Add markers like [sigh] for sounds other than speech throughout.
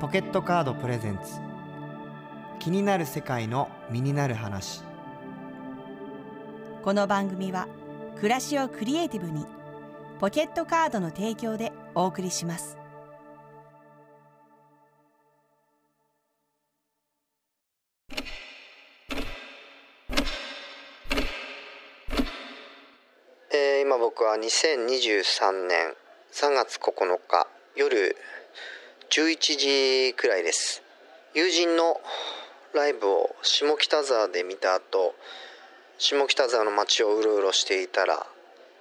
ポケットカードプレゼンツ気になる世界の身になる話この番組は暮らしをクリエイティブにポケットカードの提供でお送りしますえー今僕は2023年3月9日夜11時くらいです友人のライブを下北沢で見た後下北沢の街をうろうろしていたら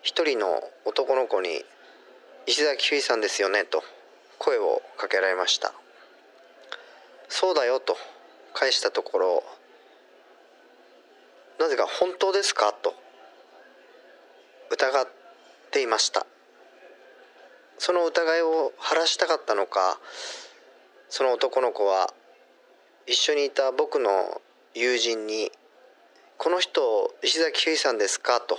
一人の男の子に「石崎ひゅいさんですよね」と声をかけられました「そうだよ」と返したところなぜか「本当ですか?」と疑っていましたその疑いを晴らしたかったのかその男の子は一緒にいた僕の友人に「この人石崎ひゅいさんですか?」と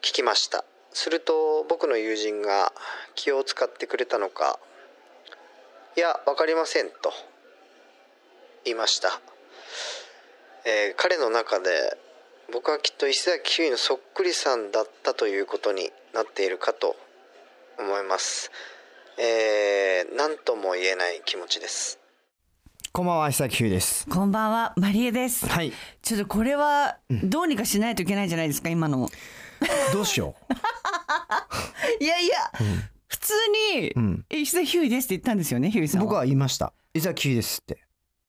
聞きましたすると僕の友人が気を使ってくれたのか「いや分かりません」と言いました、えー彼の中で僕はきっと石崎ひゅいのそっくりさんだったということになっているかと思いますえー、なんとも言えない気持ちですこんばんは石崎ひゅいですこんばんは、マリエです。はいちょっとこれはどうにかしないといけないじゃないですか、今の。どうしよいやいや、う、 [laughs] 普通にう、ん、石田ヒューイですって言ったんですよね、ヒューイさんは。僕は言いました石崎ひゅいですって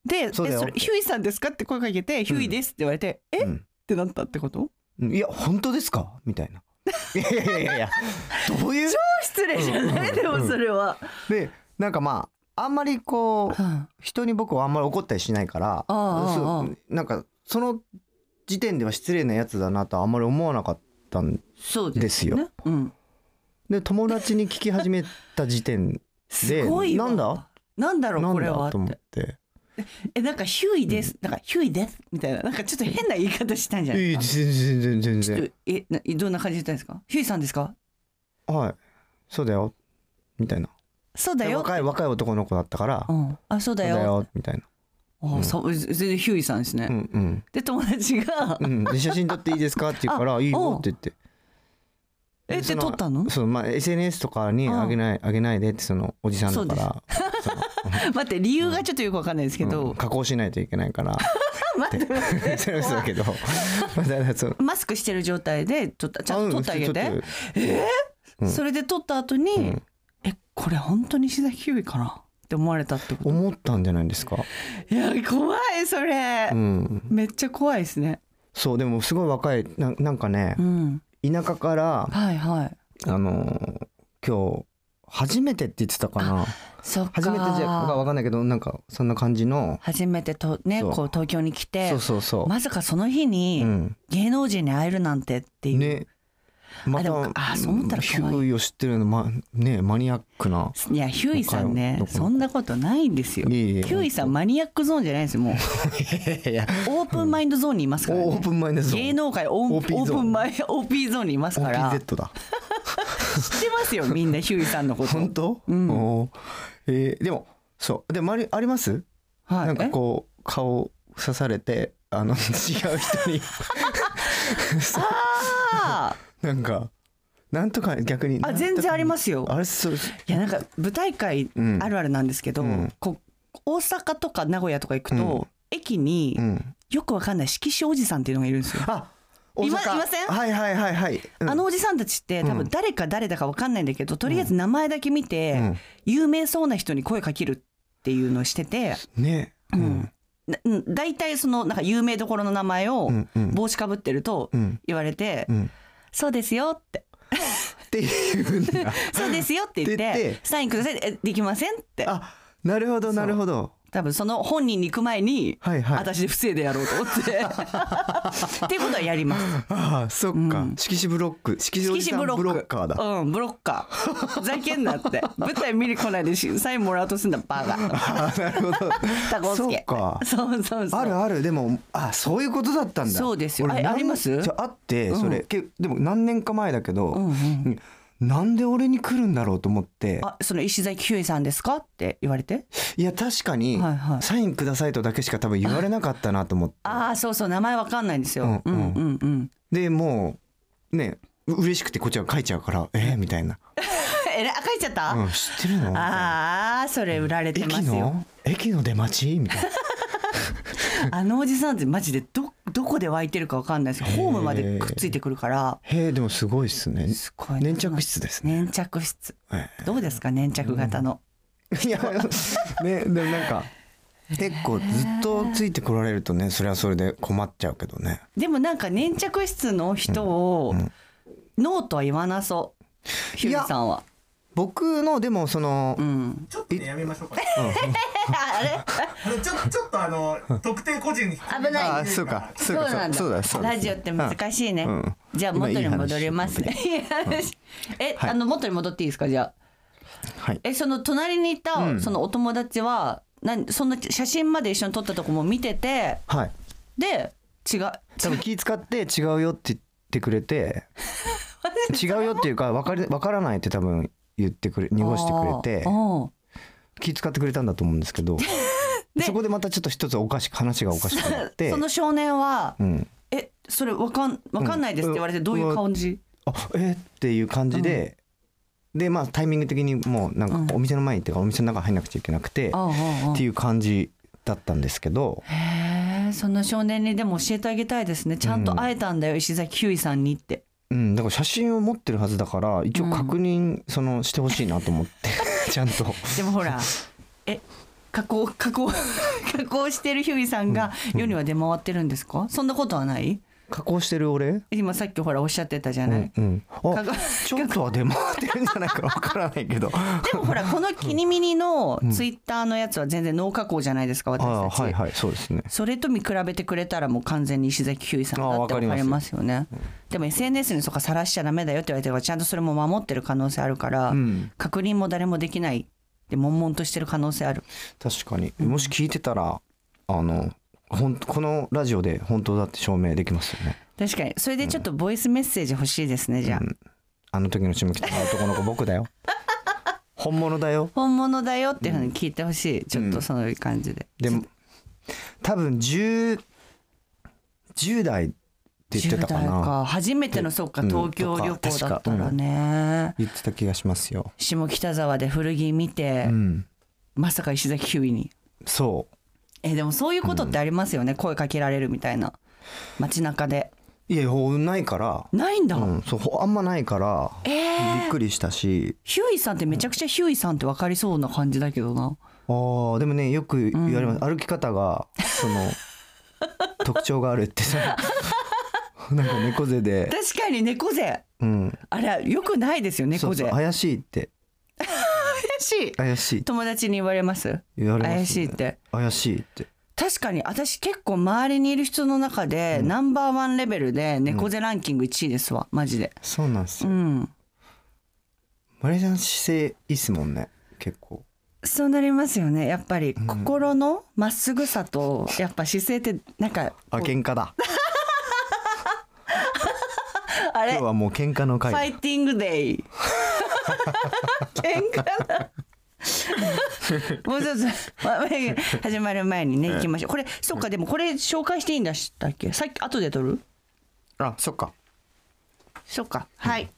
で、そうだえよそれヒューイさんですかって声かけて、ヒューイですって言われて、えっうんてなったってことうんいや本当ですかみた [laughs] いないやいやいやいやどういう失礼じゃないでもそれは。でなんかまああんまりこうは人に僕はあんまり怒ったりしないからああそうなんかその時点では失礼なやつだなとはあんまり思わなかったんあそうですよねうん。で友達に聞き始めた時 [laughs] 点ですごいわなんだなんだろなう、こんれはだっ。と思っててえ、なんかヒューイです、なんかヒューイですみたいな、なんかちょっと変な言い方したんじゃないいでいすか。全然全然全ちょっ然とえなどんな感じだったんですかヒューイさんですかはいそうだよみたいなそうだでよ。若い若い男の子だったからそうん、あそううだだよよみたいあうんそう全然ヒューイさんですなね、うんで友達がうんうんで写真撮っていいですかって言うから [laughs] あいいよって言って「えっ?」てそ撮ったのそうまあ SNS とかにあげないあげないでってそのおじさんだからその待って理由がちょっとよくわかんないですけうんど、加工しないといけないから待って [laughs] 待ってそれは嘘だけどまあだからそうマスクしてる状態で撮ったちゃんと撮ってあげうんちょてっ、うんそれで撮った後に「うんえこれ本当に石崎ひゅーいかな?」って思われたってこと思ったんじゃないですかといや怖いそれう、んめっちゃ怖いですねそうでもすごい若いななんかねうん田舎からはいはいあのー今日初めてって言ってたかなそっか初めてじゃが分かんないけどなんかそんな感じの初めてとねそうこう東京に来てそうそうそう、まさかその日うにん、芸能人に会えるなんてっていう、ねまでたもあそう思ったらヒ可愛いューイを知ってるの、ま、ねマニアックないやヒューイさんねどこそんなことないんですよ。ヒいえいえューイさんマニアックゾーンじゃないですよ [laughs] もういやいやオープンマインドゾーンにいますから、オーね、プンマインドゾーン芸能界オンオ OP ーゾーンプンマイ OP ゾーンにいますから OPZ だ知ってますよみんなヒューイさんのこと。本当、うんおーえーでもそうでもありあります、はい、なんかえこう顔刺されてあ [laughs] の違う人にそうあなんかなんとか逆にーあ全然ありますすよ。あれそれいやなんか舞台界うんあるあるなんですけど、うんこう大阪とか名古屋とか行くと、うん駅にうんよくわかんない色紙おじさんっていうのがいるんですよ。あいま大阪いませんはいはいはいはい、うんあのおじさんたちって多分誰か誰だかわかんないんだけど、とりあえず名前だけ見て、うん有名そうな人に声かけるっていうのをしてて、ねうんなうん大体そのなんか有名どころの名前をうんうん帽子かぶってるとうん言われてう、んそうですよって、っていうんだ [laughs] そうですよって言っって [laughs] 言ってて、サインください、えできませんって、あなるほどなるほど多分その本人に行く前に、はいはい私で防いでやろうと思 [laughs] って。っていうことはやります。ああそっか、うん色紙ブロック色紙お色じ紙さんブブロック。ロッカーだ、うん、ブロッカー。ふざけんなって。舞台見に来ないでしサインもらおうとすんだ、バカ。ああなるほどタコスケそうかそうそうそう。あるあるでもあそういうことだったんだそうですよ俺あなんありますじゃあってうんそれ、けでも何年か前だけど、うんうんうんなんで俺に来るんだろうと思ってあその石崎ひゅういさんですかって言われていや確かに、はいはいサインくださいとだけしか多分言われなかったなと思ってああそうそう名前わかんないんですよ、ううんん、ううんんうんうん [laughs] でもうねう嬉しくてこっちは書いちゃうからえー、みたいな、えらあ書いちゃった、うん、知ってるのああそれ売られてま駅すよの駅の出待ちみたいなあのおじさんってマジでどどこで湧いてるかわかんないですホームまでくっついてくるからへえでもすごいっすねすごいな粘着質ですね、粘着質えどうですか粘着型の、えいやねでもなんか結構ずっとついてこられるとねそれはそれで困っちゃうけどねでもなんか粘着質の人を、ノーとは言わなそうひゅういさんは僕のでもその、うんちょっとねやめましょうか。あれあのちょ [laughs] ちょっとあの特定個人に危ないあそうかそうかなんだそうだそうだラジオって難しいね、うんじゃあ元に戻りますね [laughs] え、はいあの元に戻っていいですかじゃあはいえその隣にいた、うんそのお友達はなんそんな写真まで一緒に撮ったとこも見ててはいで違う多分気使って違うよって言ってくれて違うよっていうか分かり分からないって多分言ってくれ濁してく [laughs] れてあーうん気使ってくれたんだと思うんです [laughs] けどそこでまたちょっと一つおかしく話がおかしくなってその少年は「うん、えそれわかんわかんないです」って言われてうんどういう感じ、あえっていう感じで、でまあタイミング的にもうなうんんかお店の前にっていうかお店の中入んなくちゃいけなくて、ああああっていう感じだったんですけどへえその少年にでも教えてあげたいですねちゃんと会えたんだよ、石崎ひゅういさんにってうん、だから写真を持ってるはずだから一応確認、そのしてほしいなと思って [laughs] ちゃんとでもほ [laughs] らえ加工加工 [laughs] 加工してるひゅういさんが世には出回ってるんですか、そんなことはない加工してる俺、今さっきほらおっしゃってたじゃうない、んうん、加あ工ちょっとは出回ってるんじゃないかわからない [laughs] けどでもほらこの「キニミニ」のツイッターのやつは全然ノー加工じゃないですかああ私たち、はいはいそうですねそれと見比べてくれたらもう完全に石崎ひゅういさんだあっわてかり分まかすりますよねでも SNS にそこ晒しちゃダメだよって言われてるからちゃんとそれも守ってる可能性あるから、ん確認も誰もできないで悶々としてる可能性ある確かにもし聞いてたらあのほんこのラジオで本当だって証明できますよね確かにそれでちょっとボイスメッセージ欲しいですねじゃあ、あの時の下北の男の子僕だよ [laughs] 本物だよ本物だよっていうふうに聞いてほしい、ちょっとその感じで、でも多分 10, 10代って言って10たか代なか初めてのそうかうん東京旅行だったらね、言ってた気がしますよ下北沢で古着見て、うんまさか石崎ひゅういにそうえでもそういうことってありますよね、声かけられるみたいな街中でいやほうないから、ないんだ、うん、そうほあんまないから、えびっー、くりしたしヒューイさんってめちゃくちゃヒューイさんって分かりそうな感じだけどなあーでもねよく言われます、歩き方がそ [laughs] の特徴があるってそのなんか猫背で、確かに猫背うん、あれよくないですよそ猫う背そう怪しいって怪しい怪しいって友達に言われます言われます、ね、怪しいって怪しいって確かに私結構周りにいる人の中で、ナンバーワンレベルで猫背ランキング1位ですわマジでそうなんですうよ、んマリちゃん姿勢いいっすもんね結構そうなりますよねやっぱり心のまっすぐさとやっぱ姿勢ってなんかあ喧嘩だあ今れ日はもう喧嘩のファ回イティングデイ。喧嘩だ。もうちょっとま始まる前にね行きましょう。これそっかでもこれ紹介していいんだしたっけ？さっき後で撮る？あそっかそっか。はい。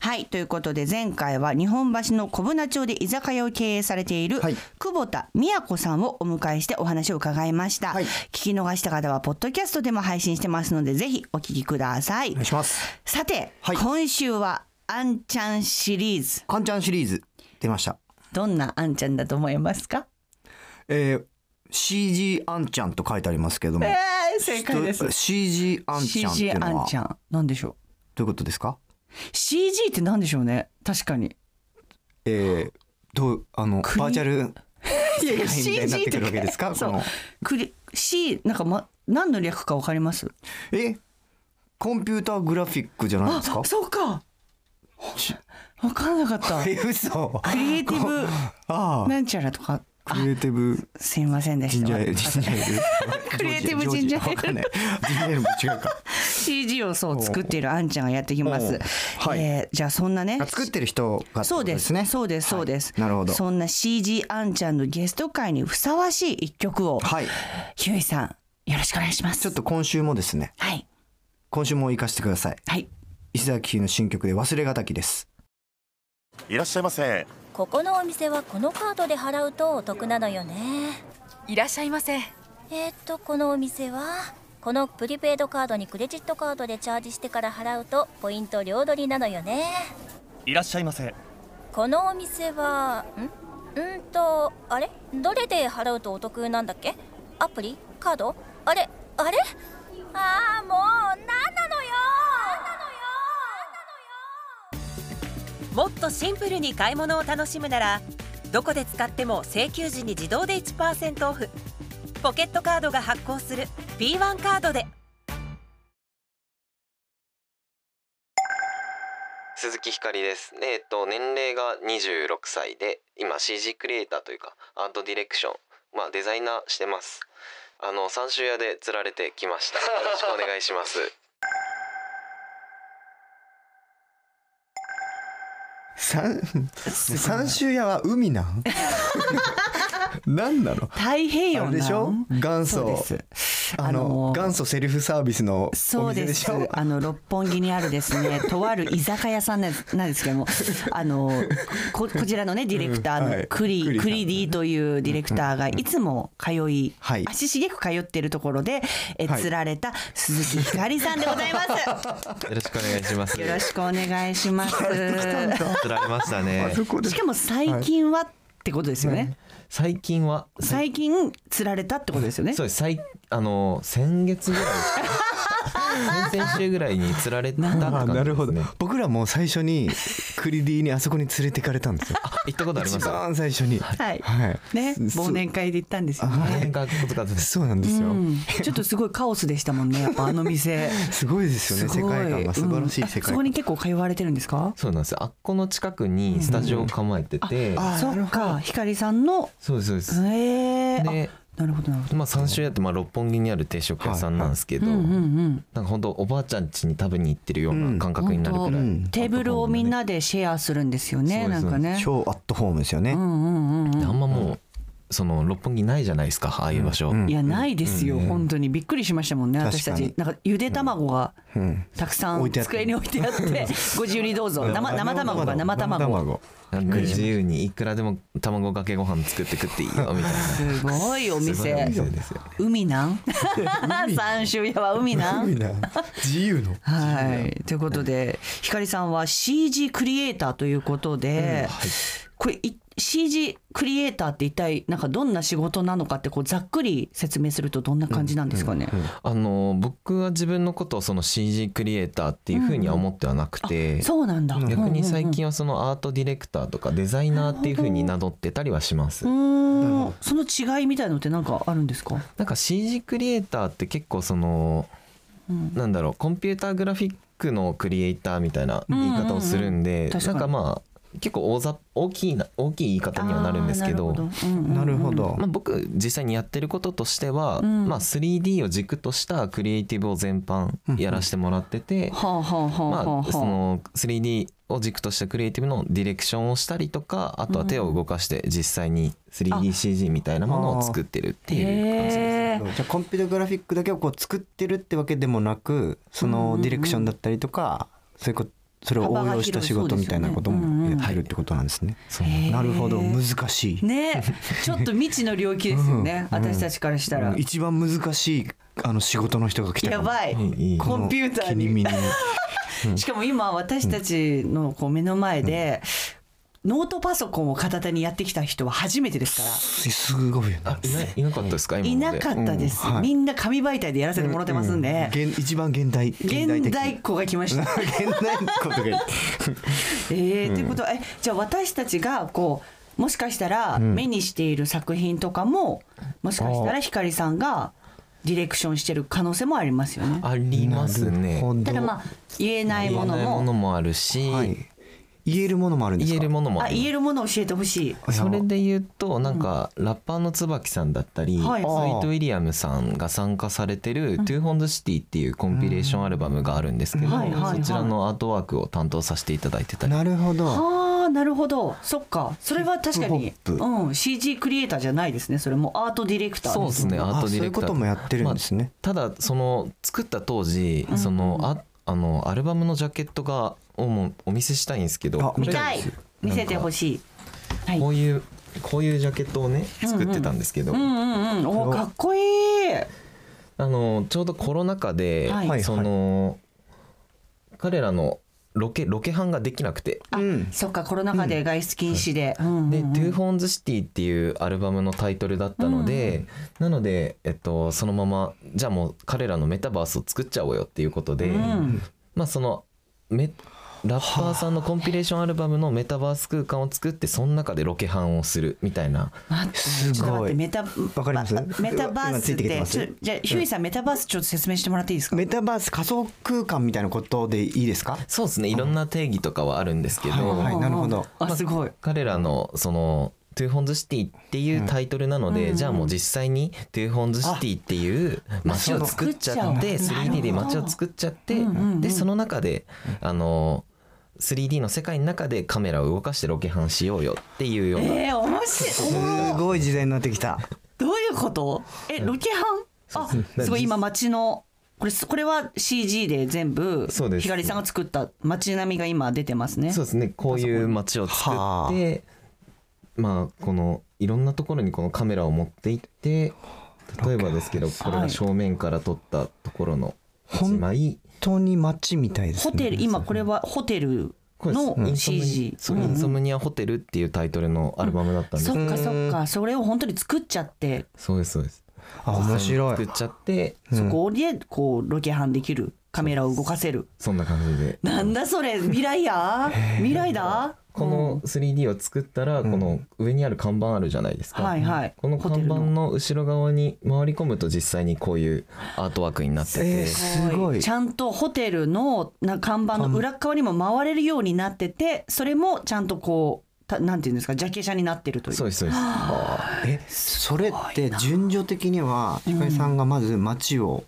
はいということで前回は日本橋の小船町で居酒屋を経営されているはい久保田美也子さんをお迎えしてお話を伺いました、はい聞き逃した方はポッドキャストでも配信してますのでぜひお聞きくださいお願いしますさて、はい今週はあんちゃんシリーズカンちゃんシリーズ出ましたどんなあんちゃんだと思いますか？えー CG あんちゃんと書いてありますけども、えー、正解ですちょっと。CG あんちゃんってい CG うのあんはちゃんなんでしょどういうことですか、う。CG ってなんでしょうね。確かに。えー、どうあのバ国ーチャルいや [laughs] いや世界みたいになってくるわけですかそうこの。クリ C なんかま何の略かわかります？えコンピューターグラフィックじゃないですかそうか。わからなかった。え嘘クリエイティブあなんちゃらとか。あクリエイティブすいませんで [laughs] ジしンた。ジ [laughs] ャーエールジンジャーエールクリエイティブジンジャーエージョージわル [laughs] かんないジンジャーエールも違うか CG をそう作っているあんちゃんがやってきます。おはいえーじゃあそんなねあ作ってる人がってそことうでですすね。そうです、そうです。はいなるほど。そんな CG あんちゃんのゲスト会にふさわしい一曲を、はい。ひゅういさん、よろしくお願いします。ちょっと今週もですね、はい。今週も行かせてください。はい。石崎ひゅーの新曲で忘れがたきです。いらっしゃいませここのお店はこのカードで払うとお得なのよねいらっしゃいませえーっとこのお店はこのプリペイドカードにクレジットカードでチャージしてから払うとポイント両取りなのよねいらっしゃいませこのお店はんうんとあれどれで払うとお得なんだっけアプリカードあれあれああもうなんなのよもっとシンプルに買い物を楽しむならどこで使っても請求時に自動で1%オフポケットカードが発行する P1 カードで鈴木ひかりです。えっと年齢が26歳で今 CG クリエイターというかアートディレクションまあデザイナーしてます。あの三州屋で釣られてきました。よろしくお願いします。三三州屋は海なん [laughs] なんなの太平洋あなれでしょ元そうで祖す。あの元祖セルフサービスのおそう店ででしすょ。あの六本木にあるで [laughs] すねとある居酒屋さんなんですなんですけどもあのここちらのねディレクターうんはのいクリ,、クリさんクリディというディレクターがいつも通い、はい足しげく通っているところでえはい釣られた鈴木ひかりさんでございます、よろしくお願いします。よろしくお願いします釣られましたね。しかも最近はってことですよね、最近は、最近釣られたってことですよねそうです。最あの先月ぐらい。先々週ぐらいに釣られたってあ感じですね。なるほど。僕らも最初にクリディにあそこに連れてかれたんですよ。行ったことありま一す。忘番最初に。はいはい。ねそう忘年会で行ったんですよね年会ことかです。そうなんですよ。うんちょっとすごいカオスでしたもんねやっぱあの店すごいですよね。す世ごい界観が素晴らしいうんあ世界そこ観に。結構通われてるんですかそうなんです。あっこの近くにスタジオを構えてて、あそっかひかりさんのそうですそうです。えー、で、あなるほどなるほどまあ三州やってまあ六本木にある定食屋さんなんですけど、うんうなんんか本当おばあちゃん家に食べに行ってるような感うん覚になるくらい。本当テーブルをみんなでシェアするんですよねそうでなすんかね超アットホームですようね。んうんうんであんまもうその六本木ないじゃないですかああいう場所。うんいやないですよ、うん本当にびっくりしましたもんね確か私にたちなんかゆで卵がうん。たくさん置いてあって机に置いてあってご自由にどうぞ生生卵が生卵なんで自由にいくらでも卵かけご飯作って食っていいよみたいな。すごいおすごいお店店ですよ海なん三州屋は海なんみんな自由の。はい、ということで、ひかりさんは CG クリエイターということで、これい CG クリエイターって一体なんかどんな仕事なのかってこうざっくり説明するとどんな感じなんですかね。あの僕は自分のことをその CG クリエイターっていうふうには思ってはなくて、そうなんだ。逆に最近はそのアートディレクターとかデザイナーっていうふうに名乗ってたりはしますう。ん、うんその違いみたいのってなんかあるんですか。なんか CG クリエイターって結構その、なんだろうコンピューターグラフィックのクリエイターみたいな言い方をするんで、確かなにんかまあ結構大ざ大きいな大きい言い方にはなるんですけどあーなるほどうんうなるほんどまあ、。僕実際にやってることとしては、んまあ、3D を軸としたクリエイティブを全般やらせてもらってて、はあはあはあはあまはあ、その 3D を軸としたクリエイティブのディレクションをしたりとかあとは手を動かして実際に 3DCG みたいなものを作ってるっていう感じです。へーじゃあコンピューターグラフィックだけをこう作ってるってわけでもなくそのディレクションだったりとかそういうことそれを応用した仕事みたいなこともやってるってことなんですね。そうへーなるほど難しい。ね、ちょっと未知の領域ですよね。私たちからしたら。一番難しいあの仕事の人が来たかやもばい。いいこのコンピューターに君にしかも今私たちのこう目の前で、ノートパソコンを片手にやってきた人は初めてですから。すすごいよあねいないいなかったですかい今まなでかったです。うんはいみんな紙媒体でやらせてもらってますんで。現一番現代現代現的代っ子が来ました。現代っ子とか言ってえーということはえじゃあ私たちがこうもしかしたら目にしている作品とかも、もしかしたら光さんがディレクションしてる可能性もありますよね。ありますねほんとただまあ言えないもの言えないもものもあるし、はい言えるものもあるんです言えるものもああり言えるものを教えてほしい。ますそれで言うとなんかラッパーの椿さんだったりスイはいート・ウィリアムさんが参加されてる「トゥーホンズ・シティ」っていうコンピレーションアルバムがあるんですけどうんはいはいはいそちらのアートワークを担当させていただいてたりなるほどああなるほどそっかそれは確かにヒッ、プホうん、CG クリエイターじゃないですねそれもアートディレクターそうですねアートあそディレクターういうこともやってるんですねまあただその作った当時そのああのアルバムのジャケットがをもお見せしたいんですけどあこれ見たい見せてほしいはいこういうこういうジャケットをね作ってたんですけど、うんうんうんおーかっこいいあのちょうどコロナ禍で、はいその、彼らのロケロケ班ができなくて。あ、そっかコロナ禍で外出禁止で、うんうんで「トゥーホーンズシティ」っていうアルバムのタイトルだったので、なので、えっと、そのままじゃあもう彼らのメタバースを作っちゃおうよっていうことで、うんまあそのメラッパーさんのコンピレーションアルバムのメタバース空間を作ってその中でロケ班をするみたいな待ってすごいちょっと待ってメタわかりますメタバー今スつっいててきてますちょじゃあヒューイさんメタバースちょっと説明してもらっていいですかメタバース仮想空間みたいなことでいいですかそうですねいろんな定義とかはあるんですけど、はいはいなるほどあすごい彼らのその「トゥーホンズシティ」っていうタイトルなので、じゃあもう実際に「トゥーホンズシティ」っていう街を作っちゃってあそうだ 3D で街を作っちゃって、でその中であの 3D の世界の中でカメラを動かしてロケハンしようよっていうような、えー、面白いすおーごい時代になってきたどういうことえロケハンあすごい今街のこれすこれは CG で全部そうですひかりさんが作った街並みが今出てますねそうですねこういう街を作はあってまあこのいろんなところにこのカメラを持っていって例えばですけどこれが正面から撮ったところの一枚。本当に街みたいですホねテル今これはホテルこれのインソムニ CG そうインソムニアホテルっていうタイトルのアルバムだったんです、そっかそっかそれを本当に作っちゃってそうですそうですあ面白作いっちゃってそこでこうロケハンできるカメラを動かせるそんな感じでなんだそれ [laughs] 未来や未来だこの 3D を作ったらこの上にある看板あるじゃないですか、はいはいこのホテ看ルの板の後ろ側に回り込むと実際にこういうアートワークになってて、えー、すごいちゃんとホテルのな看板の裏っ側にも回れるようになっててそれもちゃんとこうたなんていうんですかジャケ写になってるというそうですそうですえそれって順序的にはひかりさんがまず街を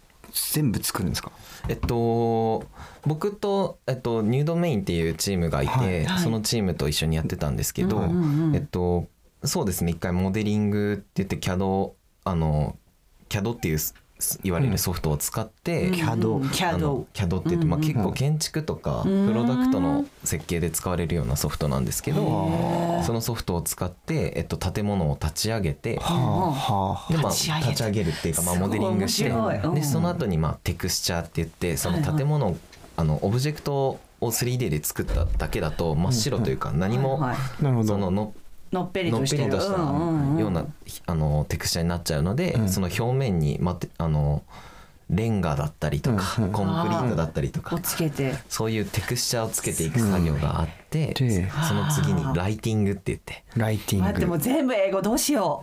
全部作るんですか、えっと僕と、えっと、ニュードメインっていうチームがいて、はいはいそのチームと一緒にやってたんですけど、うんうんうんえっと、そうですね一回モデリングって言って CAD あの CAD っていうす言われるソフトを使って、キャドキあャドの CAD って言って、まあ、結構建築とかプロダクトの設計で使われるようなソフトなんですけどそのソフトを使って、えっと、建物を立ち上げてはあはあでまあ、立ち上げて立ち上げるっていうか、まあ、すごいモデリングして、面白いうんでその後にまあテクスチャーって言ってそのはいはい建物を、あのオブジェクトを 3D で作っただけだと真っ白というか何も、はいはなるほそのどののっぺりのっとしぺてりるとしたうんうんうんようなあのテクスチャーになっちゃうので、その表面に、まて、あのレンガだったりとか、コンプリートだったりとかを。つけてそういうテクスチャーをつけていく作業があって、うんでその次にライティングって言ってライティング待ってもう全部英語どうしよ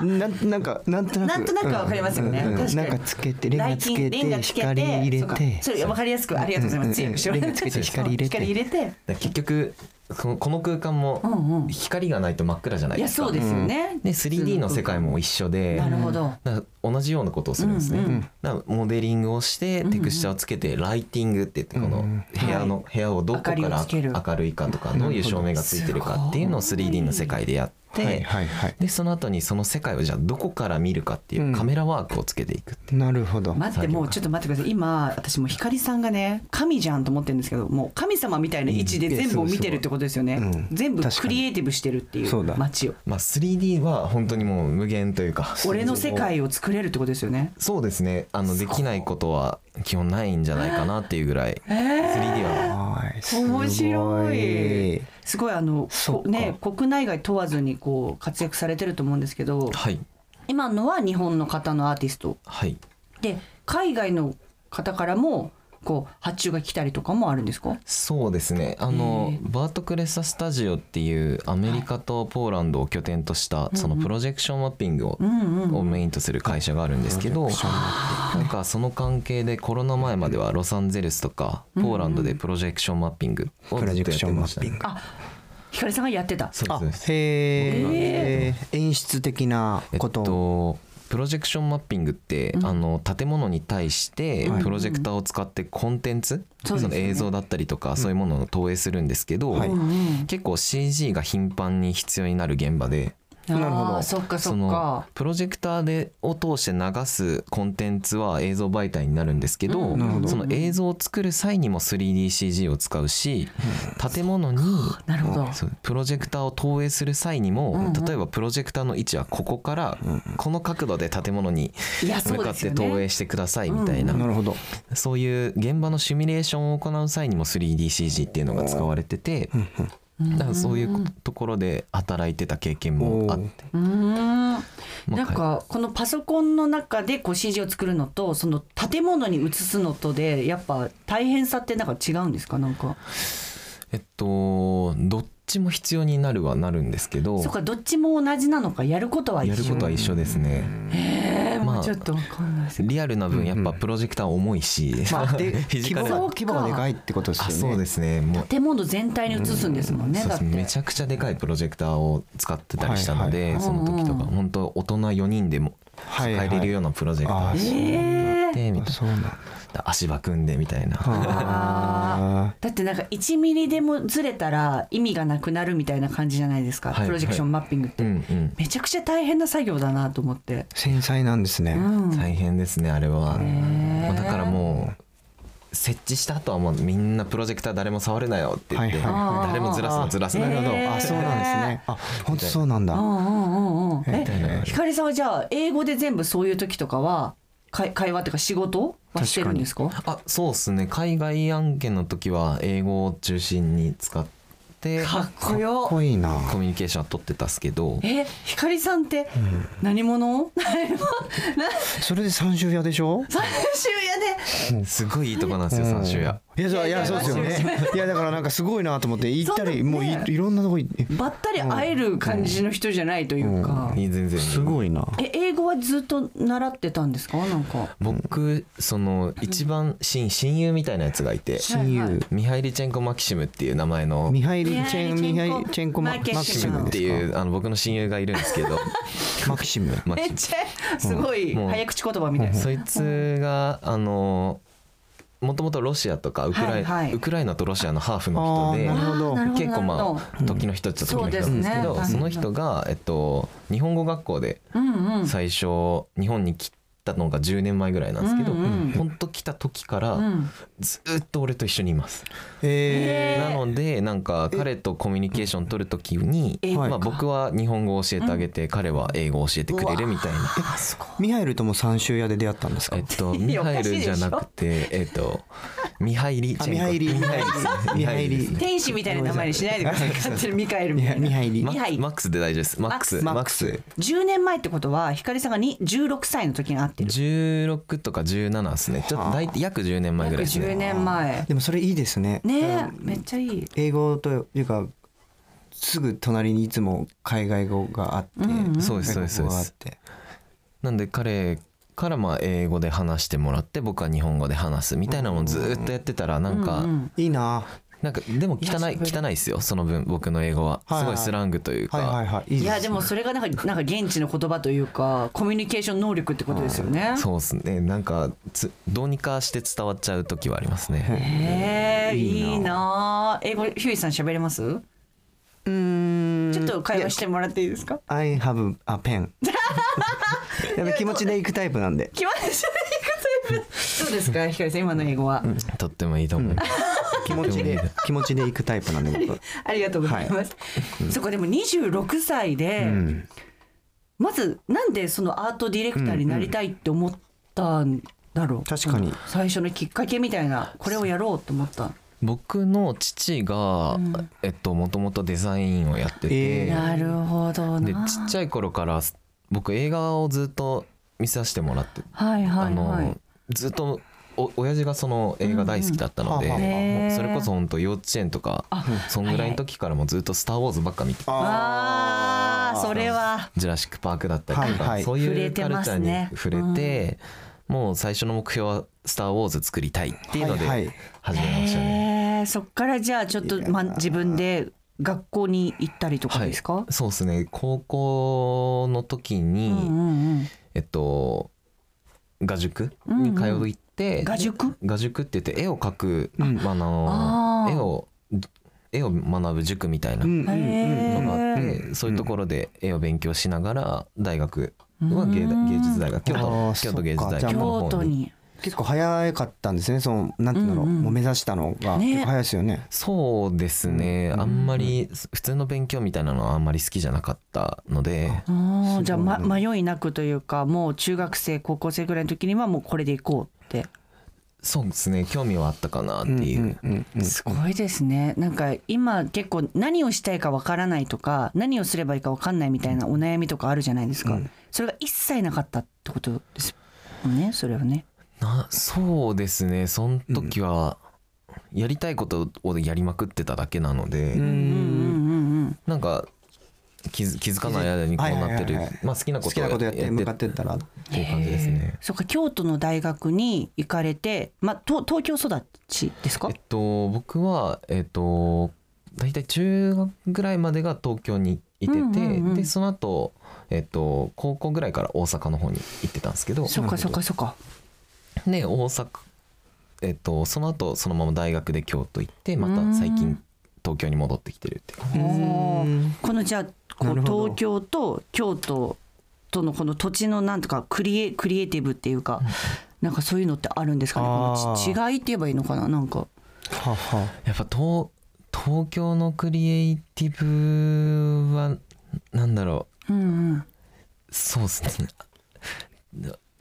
なんなんかなんとなくなんとなくわかりますよねうんうんうん確かになんかつけて [laughs] うレンガつけライティングレンガてつけて光入れてそうかそれわかりやすくありがとうございますうんうんうん強くしようレンガつ [laughs] けて光入れて光入れてだから結局このこの空間んうもん光がないと真っ暗じゃないいでやすか。そうですよねで 3D の世界も一緒でなるほどだから同じようなことをするんですね、だからモデリングをしてテクスチャーをつけてライティングって言ってこの部屋の部屋をどこか明かりをらつける明るいかとかどういう照明がついてるかっていうのを 3D の世界でやって、はいはいはいでその後にその世界をじゃあどこから見るかっていうカメラワークをつけていくっていう、なるほど待ってもうちょっと待ってください今私もう光さんがね神じゃんと思ってるんですけどもう神様みたいな位置で全部を見てるってことですよね、んいやそうそううん全部確クかにリエイティブしてるっていそううだ街をまあ、3D は本当にもう無限というか俺の世界を作れるってことですよねそうですねあのできないことは基本ないんじゃないかなっていうぐらい 3D ははいすご面白いいすごいあのそっこかね国内外問わずにこう活躍されてると思うんですけどはい今のは日本の方のアーティストはいで海外の方からもこう発注が来たりとかもあるんですかそうですねあのバートクレッサスタジオっていうアメリカとポーランドを拠点としたそのプロジェクションマッピングを,、をメインとする会社があるんですけどなんかその関係でコロナ前まではロサンゼルスとかポーランドでプロジェクションマッピングをずっとやってましたね。ひかりさんがやってたそうあですへえ演出的なえっことをとプロジェクションマッピングって、あの建物に対してプロジェクターを使ってコンテンツ、そうですよそのね映像だったりとか、そういうものを投影するんですけど、はい結構 CG が頻繁に必要になる現場で。なるほどそっかそそっのかプロジェクターでを通して流すコンテンツは映像媒体になるんですけど,、その映像を作る際にも 3DCG を使うし、建物になるほどそうプロジェクターを投影する際にも、例えばプロジェクターの位置はここから、この角度で建物にいや向そうかでっすよてね投影してくださいみたいな、なるほどそういう現場のシミュレーションを行う際にも 3DCG っていうのが使われてて、だからそういうところで働いてた経験もあって。うーんまあなんかこのパソコンの中でこう CG を作るのとその建物に移すのとでやっぱ大変さってなんか違うんですかなんかえっとどっちも必要になるはなるんですけどそっかどっちも同じなのかやることは一緒やることは一緒ですね。えーまあもうちょっとわかんないですリアルな分やっぱプロジェクター重いし、 [laughs] まあで [laughs] フィ規ジカ模ルがな規模がでかいってことですよあねそうですねもう建物全体に移すんですもんね、そうだでっすてめちゃくちゃでかいプロジェクターを使ってたりしたので、はいはいその時とかうん本当大人4人でもは入いはいれるようなプロジェクタあーーえーでみたいそうなんだな足場組んでみたいな、あだってなんか1ミリでもずれたら意味がなくなるみたいな感じじゃないですか、はいプロジェクションマッピングって、うんうんめちゃくちゃ大変な作業だなと思って、ー繊細なんですね、大変ですねあれは、まあだからもう設置した後はもうみんなプロジェクター誰も触るなよって言って、はいはいはい誰もずらすなずらすなよ、へーあそうなんですねあ本当そうなんだ、うんうんうんうんみたいえなひかりさんはじゃあ英語で全部そういう時とかは会会話っていうか仕事はしてるんですかあそうですね海外案件の時は英語を中心に使ってかっこかっよこいいなコミュニケーションは取ってたっすけどえひかりさんって何者、 [laughs] それで三週屋でしょ [laughs] 最終やですごいいいとこなんですようん三州屋いやそういやそうですよねいやだからなんかすごいなと [laughs] 思って行ったりそんもなういねいろんなとこ行ってばったり会える感じの人じゃないというか、いい全然すごいなえ英語はずっと習ってたんですかなんか僕その一番親親友みたいなやつがいて親友ミハイリチェンコ・マキシムっていう名前のミハイルチェンミハイルチェンコママキシムマキシっムてでいすうあの僕の親友がいるんですけかどマキシム [laughs] マめキっシちゃムすごいもう早口言葉みたいな、そいつがあのもともとロシアとかウクライ,、はいはいウクライナとロシアのハーフあのあ人でなるほどなるほど結構なるほまあ時の人っちゃ時の人なんですけそうどですねその人が、えっと、日本語学校でうんうん最初日本に来たのが10年前ぐらいなんですけど、うんうんほんと来た時からんずーっと俺と一緒にいます、えなのでなんか彼とコミュニケーション取る時に、えまはあ、い僕は日本語を教えてあげて、彼は英語を教えてくれるみたいなーミハイルとも三週屋で出会ったんですかえっ [laughs] と、いミやハイルじゃなおかくて、えっと、ミハイリチェンあコ。ミハイリミハイリ。ミハイリですね天使みたいな名前にしないでくだ [laughs] さい勝手にミカエルみミたハいなミハイルマミハイマックスで大丈夫です。マックス。ママッッククスス。 10年前ってことはひかりさんがに16歳の時に会ってる16とか17ですね。ちょっと大体約10年前ぐらいです10ね。年前でもそれいいですねねえめっちゃいい英語というかすぐ隣にいつも海外語があってそうですそうですそ外国語うでがあっす。てなんで彼からまあ英語で話してもらって僕は日本語で話すみたいなのをずーっとやってたらなんかいいななんかでも汚い汚いですよその分僕の英語ははいはすごいいスラングというはいはかいはいいいいですやでもそれがなんかなんか現地の言葉というかコミュニケーション能力ってことですよねそうですねなんかつどうにかして伝わっちゃう時はありますね。へえいいなあ英語ヒューイさん喋れますうんちょっと会話してもらっていいですか I have a [laughs] pen やっぱ気持ちでいくタイプなんで気まずいタイプどうですかひかりさん今の英語はとってもいいと思います。気持ちで気持ちでいくタイプなんで僕 [laughs] ありがとうございます。そこでも26歳で、まずなんでそのアートディレクターになりたいって思ったんだろう。確かに最初のきっかけみたいなこれをやろうと思った。僕の父が、えっともともとデザインをやってて、えーるほどでちっちゃい頃から僕映画をずっと見させてもらって、はいはいはい。あのずっとお親父がその映画大好きだったので、うんうんはあはあはあもうそれこそ本当幼稚園とかそんぐらいの時からもうずっと「スター・ウォーズ」ばっか見ててあーそれはジュラシック・パークだったりとか、はいはいそういうカルチャーに触触れれててますもう最初の目標は「スター・ウォーズ」作りたいっていうのではいはい始めましたね。へえそっからじゃあちょっと、ま、自分で学校に行ったりとかですか、そうですね高校の時に、うんうんうんえっと画塾うんうんに通って、画塾画塾って言って絵を描く、うんまあああのー絵を絵を学ぶ塾みたいなのんへがあっえて、そういうところで絵を勉強しながら大学は芸うん大芸術大学京都あのー京都芸術大そっか学じゃあの京方都にに結構早かったんですねそのなんていうんだろう,、うんうんもう目指したのがね結構早いですよねそうですね、うんあんまり普通の勉強みたいなのはあんまり好きじゃなかったので、あーじゃあ、ますごい迷いなくというかもう中学生高校生ぐらいの時にはもうこれでいこうってそうですね興味はあったかなっていう。うんうんうんうんすごいですねなんか今結構何をしたいかわからないとか何をすればいいかわかんないみたいなお悩みとかあるじゃないですか、それが一切なかったってことですよねそれはねなそうですねその時はやりたいことをやりまくってただけなので、うんうんうんうんなんか気づ気づかない間にこうなっはいはてる、いはいはいまあ、好きなこと好をきなことやって向かってっったらていう感じですね。そっか京都の大学に行かれて、まあ、東東京育ちですかえっと僕はえっと大体中学ぐらいまでが東京にいてて、うんうんうんでその後えっと高校ぐらいから大阪の方に行ってたんですけどそっかそっかそっかで大阪えっとその後そのまま大学で京都行ってまた最う近ん東京に戻ってきてるって感じおーこのじゃあこなうるほど東京と京都とのこの土地のなんとかクリエクリエイティブっていうかなんかそういうのってあるんですかねこあのち違ーいって言えばいいのかななんかははやっぱ東東京のクリエイティブはなんだろうんうんうそうですね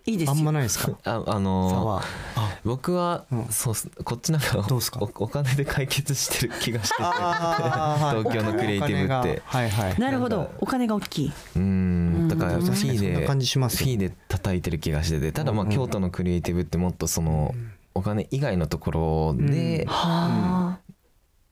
いいですあよんまないですかああ差のはあ僕は、うんそうっすこっちなんかどうっすかおお金で解決してる気がしててあーはい東京のクリエイティブお金ってがはいはいなるほなんどかお金が大きい、うーんだからフ確かィにーそんなで感じしますフィーで叩いてる気がしててただまあうんうん京都のクリエイティブってもっとそのお金以外のところではあ、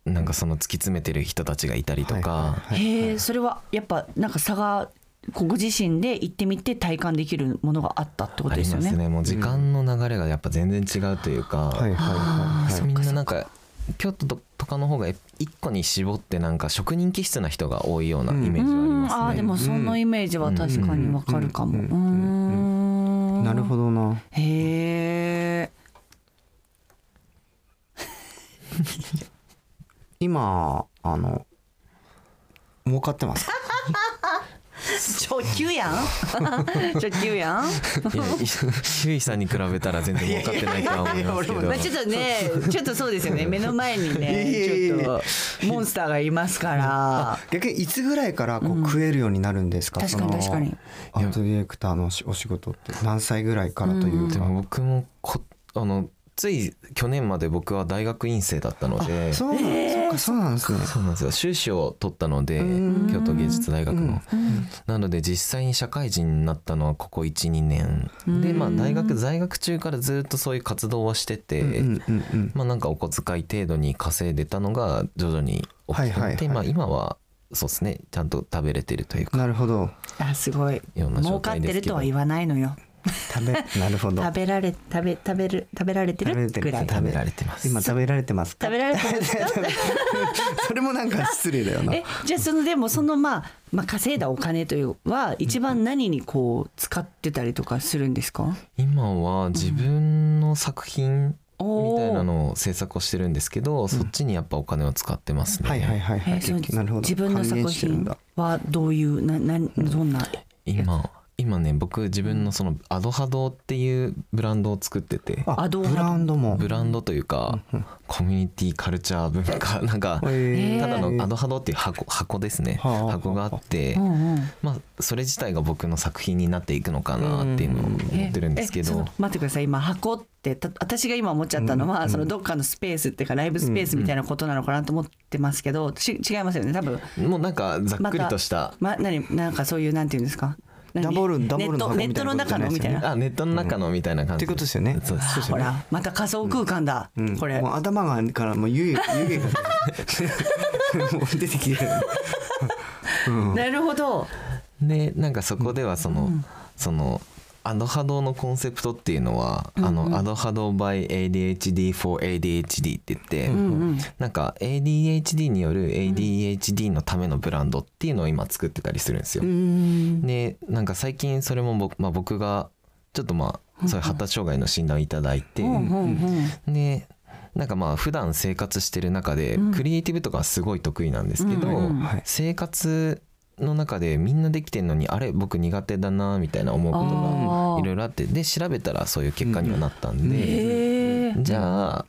なんかその突き詰めてる人たちがいたりとかはいへえそれはやっぱなんか差がこうご自身で行ってみて体感できるものがあったってことあでりすよますねねもう時間の流れがやっぱ全然違うというかはいはいはいはいみんななんか京都ととかの方が一個に絞ってなんか職人気質な人が多いようなイメージはありうんまあーすねで。もそのイメージは確かにわかるかもうんううんうんーんなるほどなへえ。今あの儲かって [laughs] ますか初級やん。 [laughs] 初級やん。いやい周囲さんに比べたら全然儲かってないとは思いますけどまあちょっとね、ちょっとそうですよね。目の前いにえいえね、いえちょっとモンスターがいますから。逆にいつぐらいからこう食えるようになるんですか、確かにその確かにアートディレクターのしお仕事って何歳ぐらいからというでか、も僕もこあのつい去年まで僕は大学院生だったのでそうなん、そうかそうなんですねそうなんですよ修士を取ったのでうん京都芸術大学のうんなので実際に社会人になったのはここ12年でまあ大学在学中からずっとそういう活動はしてて、うんうんうんまあなんかお小遣い程度に稼いでたのが徐々に大きくはいはないっはいてまあ今はそうですねちゃんと食べれてるというかなるほどあ、すごい。いろんな儲状かっ態てでするけとどは言わないのよ。食べ [laughs] なるほど食べられ、食べ、食べる、食べられてるぐらい。 [laughs] 食べられてます今食べられてますか食べられてるんですか。 [laughs] それもなんか失礼だよなえ、じゃあそのでもそのまあまあ稼いだお金というは一番何にこう使ってたりとかするんですか。今は自分の作品みみたいなのを制作をしてるんですけどそっちにやっぱお金を使ってますね、はいはいはいはい、えーその結局なるほど自分の還作元してるん品だはどういうななどんな今今ね僕自分のそのアドハドっていうブランドを作っててあアドオハブランドもブランドというかコミュニティカルチャー文化なんかえーただのアドハドっていう箱箱ですねはあはあはあ箱があってうんうんまあそれ自体が僕の作品になっていくのかなっていうのを思ってるんですけええそどの待ってください今箱ってた私が今思っちゃったのは、そのどっかのスペースっていうかライブスペースみたいなことなのかなと思ってますけど、ち違いますよね多分もうなんかざっくりとしたま何なんかそういうなんていうんですか何ダボルダボルの箱ネッみたトいのなこと中じゃなのいですみたよいねなあネットの中のみたいな感ってじことですよねそうですそうほですよねらまた仮想空間だ、うんこれもう頭がからもう湯気湯気がもう出てきてるなるほどでなんかそこではその、そのアドハドのコンセプトっていうのは、あのアドハド by ADHD for ADHD って言って、なんか ADHD による ADHD のためのブランドっていうのを今作ってたりするんですよ。でなんか最近それも僕,、まあ、僕がちょっとまあそういう発達障害の診断をいただいて、でなんかまあ普段生活してる中でクリエイティブとかはすごい得意なんですけど、はい生活の中でみんなできてんのにあれ僕苦手だなみたいな思うことがいろいろあってで調べたらそういう結果にはなったんで、へえじゃあ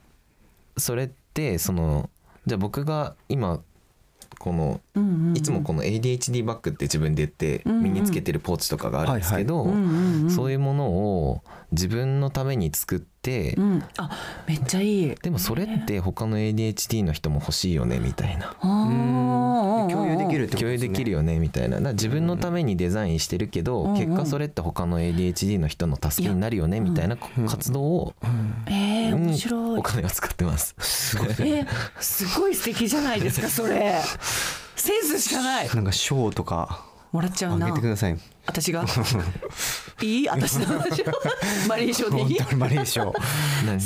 それってそのじゃあ僕が今このいつもこの ADHD バッグって自分で言って身につけてるポーチとかがあるんですけどそういうものを自分のために作ってうんあめっちゃいいでもそれって他の ADHD の人も欲しいよねみたいな共共有できるるってこと共で有すねできるよねみたいなだから自分のためにデザインしてるけど、結果それって他の ADHD の人の助けになるよねみたいな活動を、えー、うん面白いお、金を使ってます。す [laughs] ごいえー、すごい素敵じゃないですかそれセンスしかないなんか賞とかもらっちゃあうげなてください私がい [laughs] い私の話をマリー賞でいい本当にマリー賞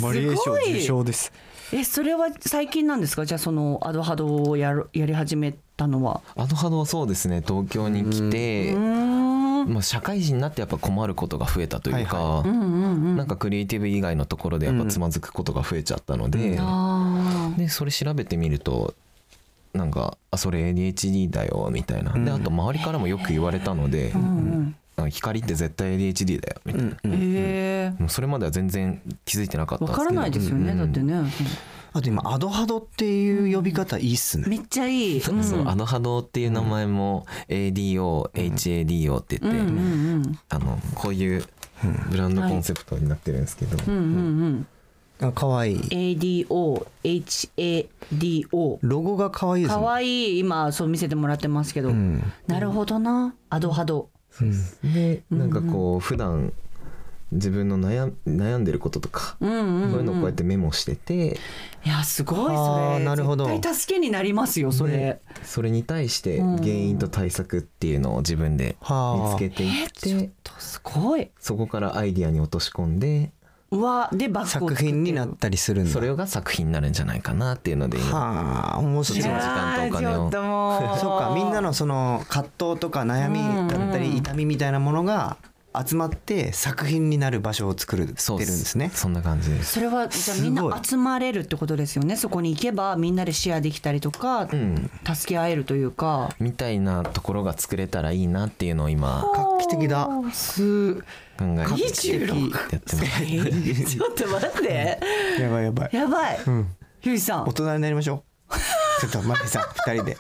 マリー賞受賞ですえそれは最近なんですかじゃあそのアドハドをやるやり始めたのはアドハドはそうですね東京に来て、うーんまあ、社会人になってやっぱ困ることが増えたというか、なんかクリエイティブ以外のところでやっぱつまずくことが増えちゃったので、あでそれ調べてみるとなんか「あそれ ADHD だよ」みたいな、であと周りからもよく言われたので「あ光って絶対 ADHD だよ」みたいな、ーへえもうそれまでは全然気づいてなかったんわですけかどらないですよね、だってね、あと今アドハドっていう呼び方いいっすねめっちゃいい、うんそうあの波動っていう名前も ADOHADO って言って、あのこういうブランドコンセプトになってるんですけど、あ可愛い ADOHADO ロゴが可愛いですかねわいい今そう見せてもらってますけど、なるほどなアドハドでなんかこう普段自分の悩ん悩んでることとか、そういうのをこうやってメモしてていやすごいあそーれなるほど絶対助けになりますよそれ、ねそれに対して原因と対策っていうのを自分ではあ見つけていって、すごいそこからアイディアに落とし込んでうわでバッグを作作って品になったりするんだそれが作品になるんじゃないかなっていうので今はあ面白いいや時間とお金いをやーちょっともうそうかみんなのその葛藤とか悩みだったり痛みみたいなものが集まって作品になる場所を作るってるんそうっですね。そんな感じです。それはじゃあみんすごない集まれるってことですよねそこに行けばみんなでシェアできたりとか、ん助け合えるというかみたいなところが作れたらいいなっていうのを今考画期的だ。すえて26やってます。えーちょっと待ってやばいやばい。やばい、ゆいさん大人になりましょ [laughs] う。ちょっとマリさん二人で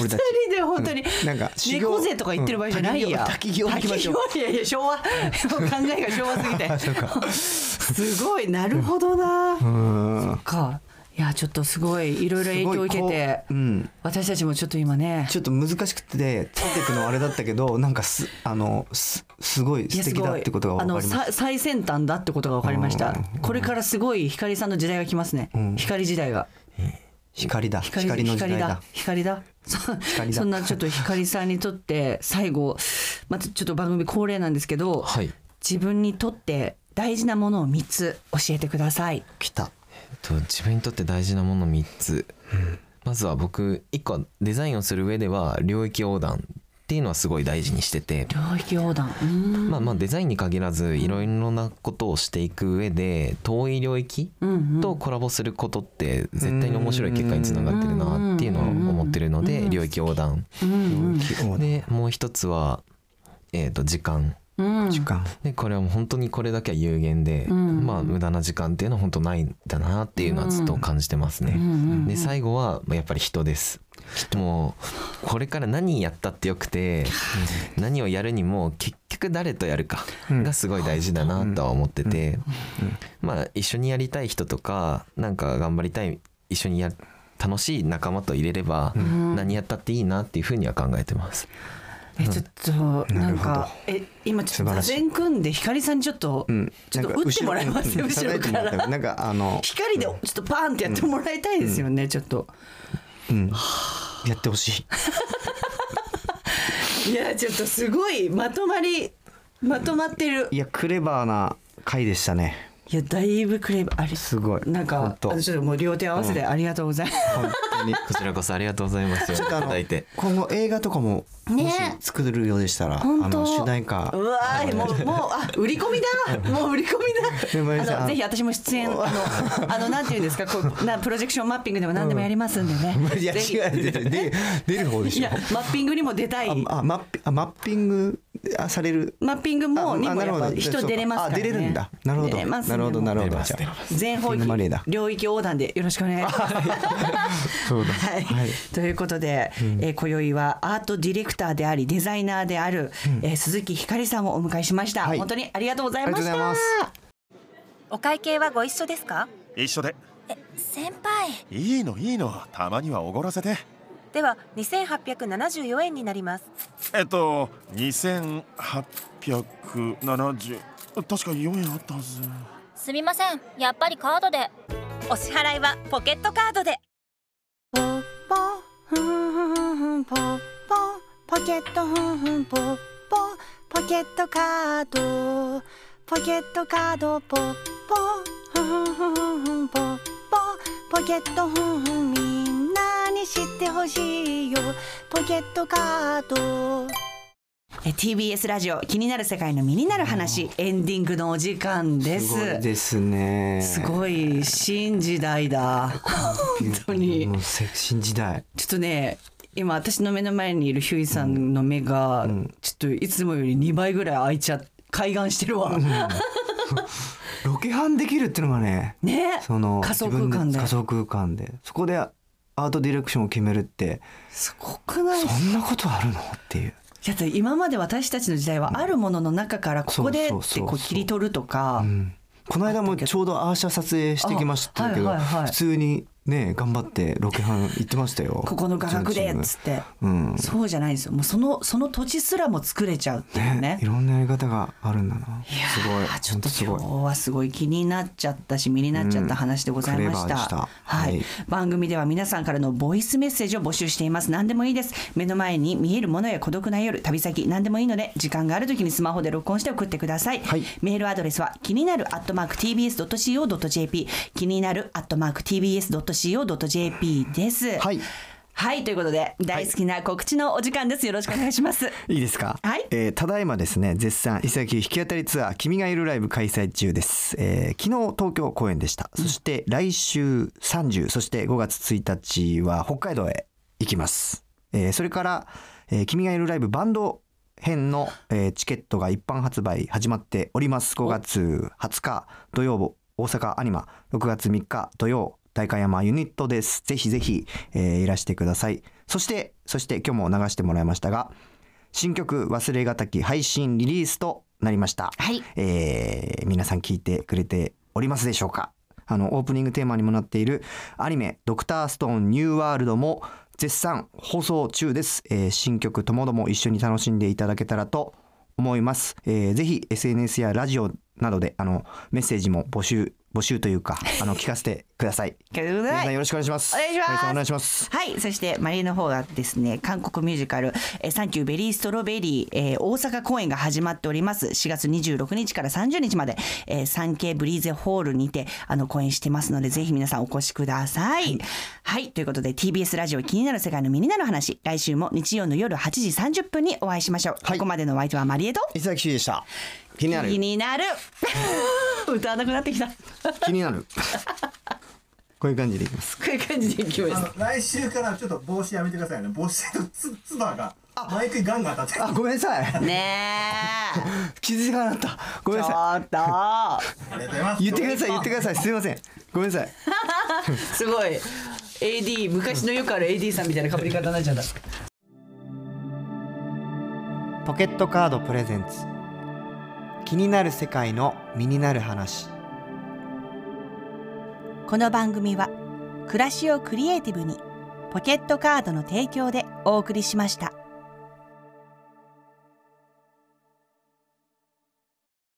俺たち。二人で本当に、うんなんか修行猫背とか言ってる場合じゃないや、うん滝行滝行行きましょう滝行いやいや昭和考えが昭和すぎて [laughs] すごいなるほどな、うん。かいやちょっとすごいいろいろ影響を受けて、すごいこううん私たちもちょっと今ねちょっと難しくてついていくのはあれだったけどなんかすあのすすごいいや素敵だってことが分かりすごいまあのさ最先端だってことが分かりましたこれからすごい光さんの時代が来ますね、光時代がす。光だ光の時代だ。光だ光だそ光だそんな [laughs] ちょっと光さんにとって最後またちょっと番組恒例なんですけど、はい。自分にとって大事なものを3つ教えてください来た。と自分にとって大事なもの3つ。まずは僕一個はデザインをする上では領域横断っていうのはすごい大事にしてて、領域横断うーんまあまあデザインに限らずいろいろなことをしていく上で遠い領域とコラボすることって絶対に面白い結果につながってるなっていうのを思ってるので領域横断。でもう一つはえっ、と時間。時間。でこれはもう本当にこれだけは有限で、まあ無駄な時間っていうのは本当ないんだなっていうのはずっと感じてますね。で最後はまあやっぱり人です。もうこれから何やったってよくて何をやるにも結局誰とやるかがすごい大事だなとは思っててまあ一緒にやりたい人とかなんか頑張りたい一緒にや楽しい仲間と入れれば何やったっていいなっていうふうには考えてます。えちょっとななるんほどかえ今ちょっと座禅組んで光さんにちょっと、うんちょっと打ってもらえますなん後ろ叩いてかもらったらなんかあ [laughs] の、光でちょっとパーンってやってもらいたいですよね、ちょっとうん、やってほしい。いやちょっとすごいまとまりまとまってるいやクレバーな回でしたね。いやだいぶクレームあれすごい。なんか本当あのちょっともう両手合わせてありがとうございます、本当に。こちらこそありがとうございます。いちょったとあだいての。今後映画とかももし作るようでしたら、あ本当の主題歌うわーもうもうあ売り込みだもう売り込でもみゆりださあんのぜひ私も出演 [laughs] あのあのなんていうんですかこうなプロジェクションマッピングでも何でもやりますんでね、いやぜひ違う出て出出る方でいしょや。マッピングにも出たいああマッピあマッピングあされる。マッピングもあにあもなるやっほぱど人出れますからねあ出れるんだ。なるほど。出れなますんでるほどなるほど。じゃあ全方位マリーだ領域横断でよろしくお願いします。そうだ。はい、はいということで、えー今宵はアートディレクターでありデザイナーである、えー鈴木ひかりさんをお迎えしました、はい本当にありがとうございましありがたとうございますお会計はご一緒ですか一緒で先輩いいのいいのたまにはおごらせてでは2874円になりますえっと2870確か4円あったはずすみませんやっぱりカードでお支払いはポケットカードでポッポふんふんふんふんポッポポケットふんふんポッポポケットカードポケットカードポッポふんふんふんふんポッポポケットふんふんみんなに知ってほしいよポケットカードえー TBS ラジオ気になる世界の身になる話エンディングのお時間ですすごいですね。すごい新時代だ本当にもうセクシー時代。ちょっとね今私の目の前にいるヒューイさんの目が、ちょっといつもより2倍ぐらい開いちゃ開眼してるわ、ロケハンできるっていうのがね。ねその仮想空自間分で仮想空間でそこでアートディレクションを決めるってすごくないそんなことあるのっていうだって今まで私たちの時代はあるものの中からここでっそうそうてそうこう切り取るとか、この間もちょうどアーシャ撮影してきましたけど、あはいはいはい普通にね頑張ってロケハン行ってましたよここの画角でっうつって、うんそうじゃないんですよもうそのその土地すらも作れちゃうっていうねねいろんなやり方があるんだなすごいあちょっとほんす今ごい日はすごい気になっちゃったし身になっちゃった話でございましうんクレバーた,、でしたはい、はい番組では皆さんからのボイスメッセージを募集しています何でもいいです目の前に見えるものや孤独な夜旅先何でもいいので時間がある時にスマホで録音して送ってください、はいメールアドレスは気になる @tbs.co.jp 気になる @tbs.co.jp ですはいはいということで大好きな告知のお時間ですよろしくお願いします、いいですか、はいえーただいまですね絶賛伊勢崎引き当たりツアー「君がいるライブ」開催中です、えー昨日東京公演でしたそして来週30そして5月1日は北海道へ行きます、えーそれから、えー君がいるライブ」バンド編の、えーチケットが一般発売始まっております5月20日土曜日大阪アニマ6月3日土曜代官山ユニットですぜひぜひ、えーいらしてくださいそしてそして今日も流してもらいましたが新曲「忘れがたき」配信リリースとなりました、はいえー皆さん聞いてくれておりますでしょうかあのオープニングテーマにもなっているアニメ「ドクターストーンニューワールド」も絶賛放送中です、えー新曲ともども一緒に楽しんでいただけたらと思います、えーぜひ SNS やラジオなどであのメッセージも募集募集という [laughs] かあの聞かせてくださいということで皆さんよろしくお願いしますお願いします皆さんお願いしますはい、そしてマリーの方がですね、韓国ミュージカル、えーサンキューベリーストロベリー、えー大阪公演が始まっております。4月26日から30日まで、えー、サンケイブリーゼホールにて、あの、公演してますので、ぜひ皆さんお越しください。はい、ということで TBS ラジオ気になる世界の身になる話、来週も日曜の夜8時30分にお会いしましょう。はいここまでのお相手はマリエと、伊崎修でした気になる [laughs] 気になる歌わなくなってきた。こ気になるこういう感じでいきますういう感じでいきまあす。の来週からちょっと帽子やめてくださいね帽子のつつばが毎回ガンガン当たってあごめんなさい [laughs] ねえ。気づかなかったごめんなさちょっと。ありがとうございますい言ってください言ってくださいすいませんごめんなさいすごい AD 昔のよくある AD さんみたいな被り方になっちゃったポケットカードプレゼンツ気になる世界の身になる話この番組は暮らしをクリエイティブにポケットカードの提供でお送りしました。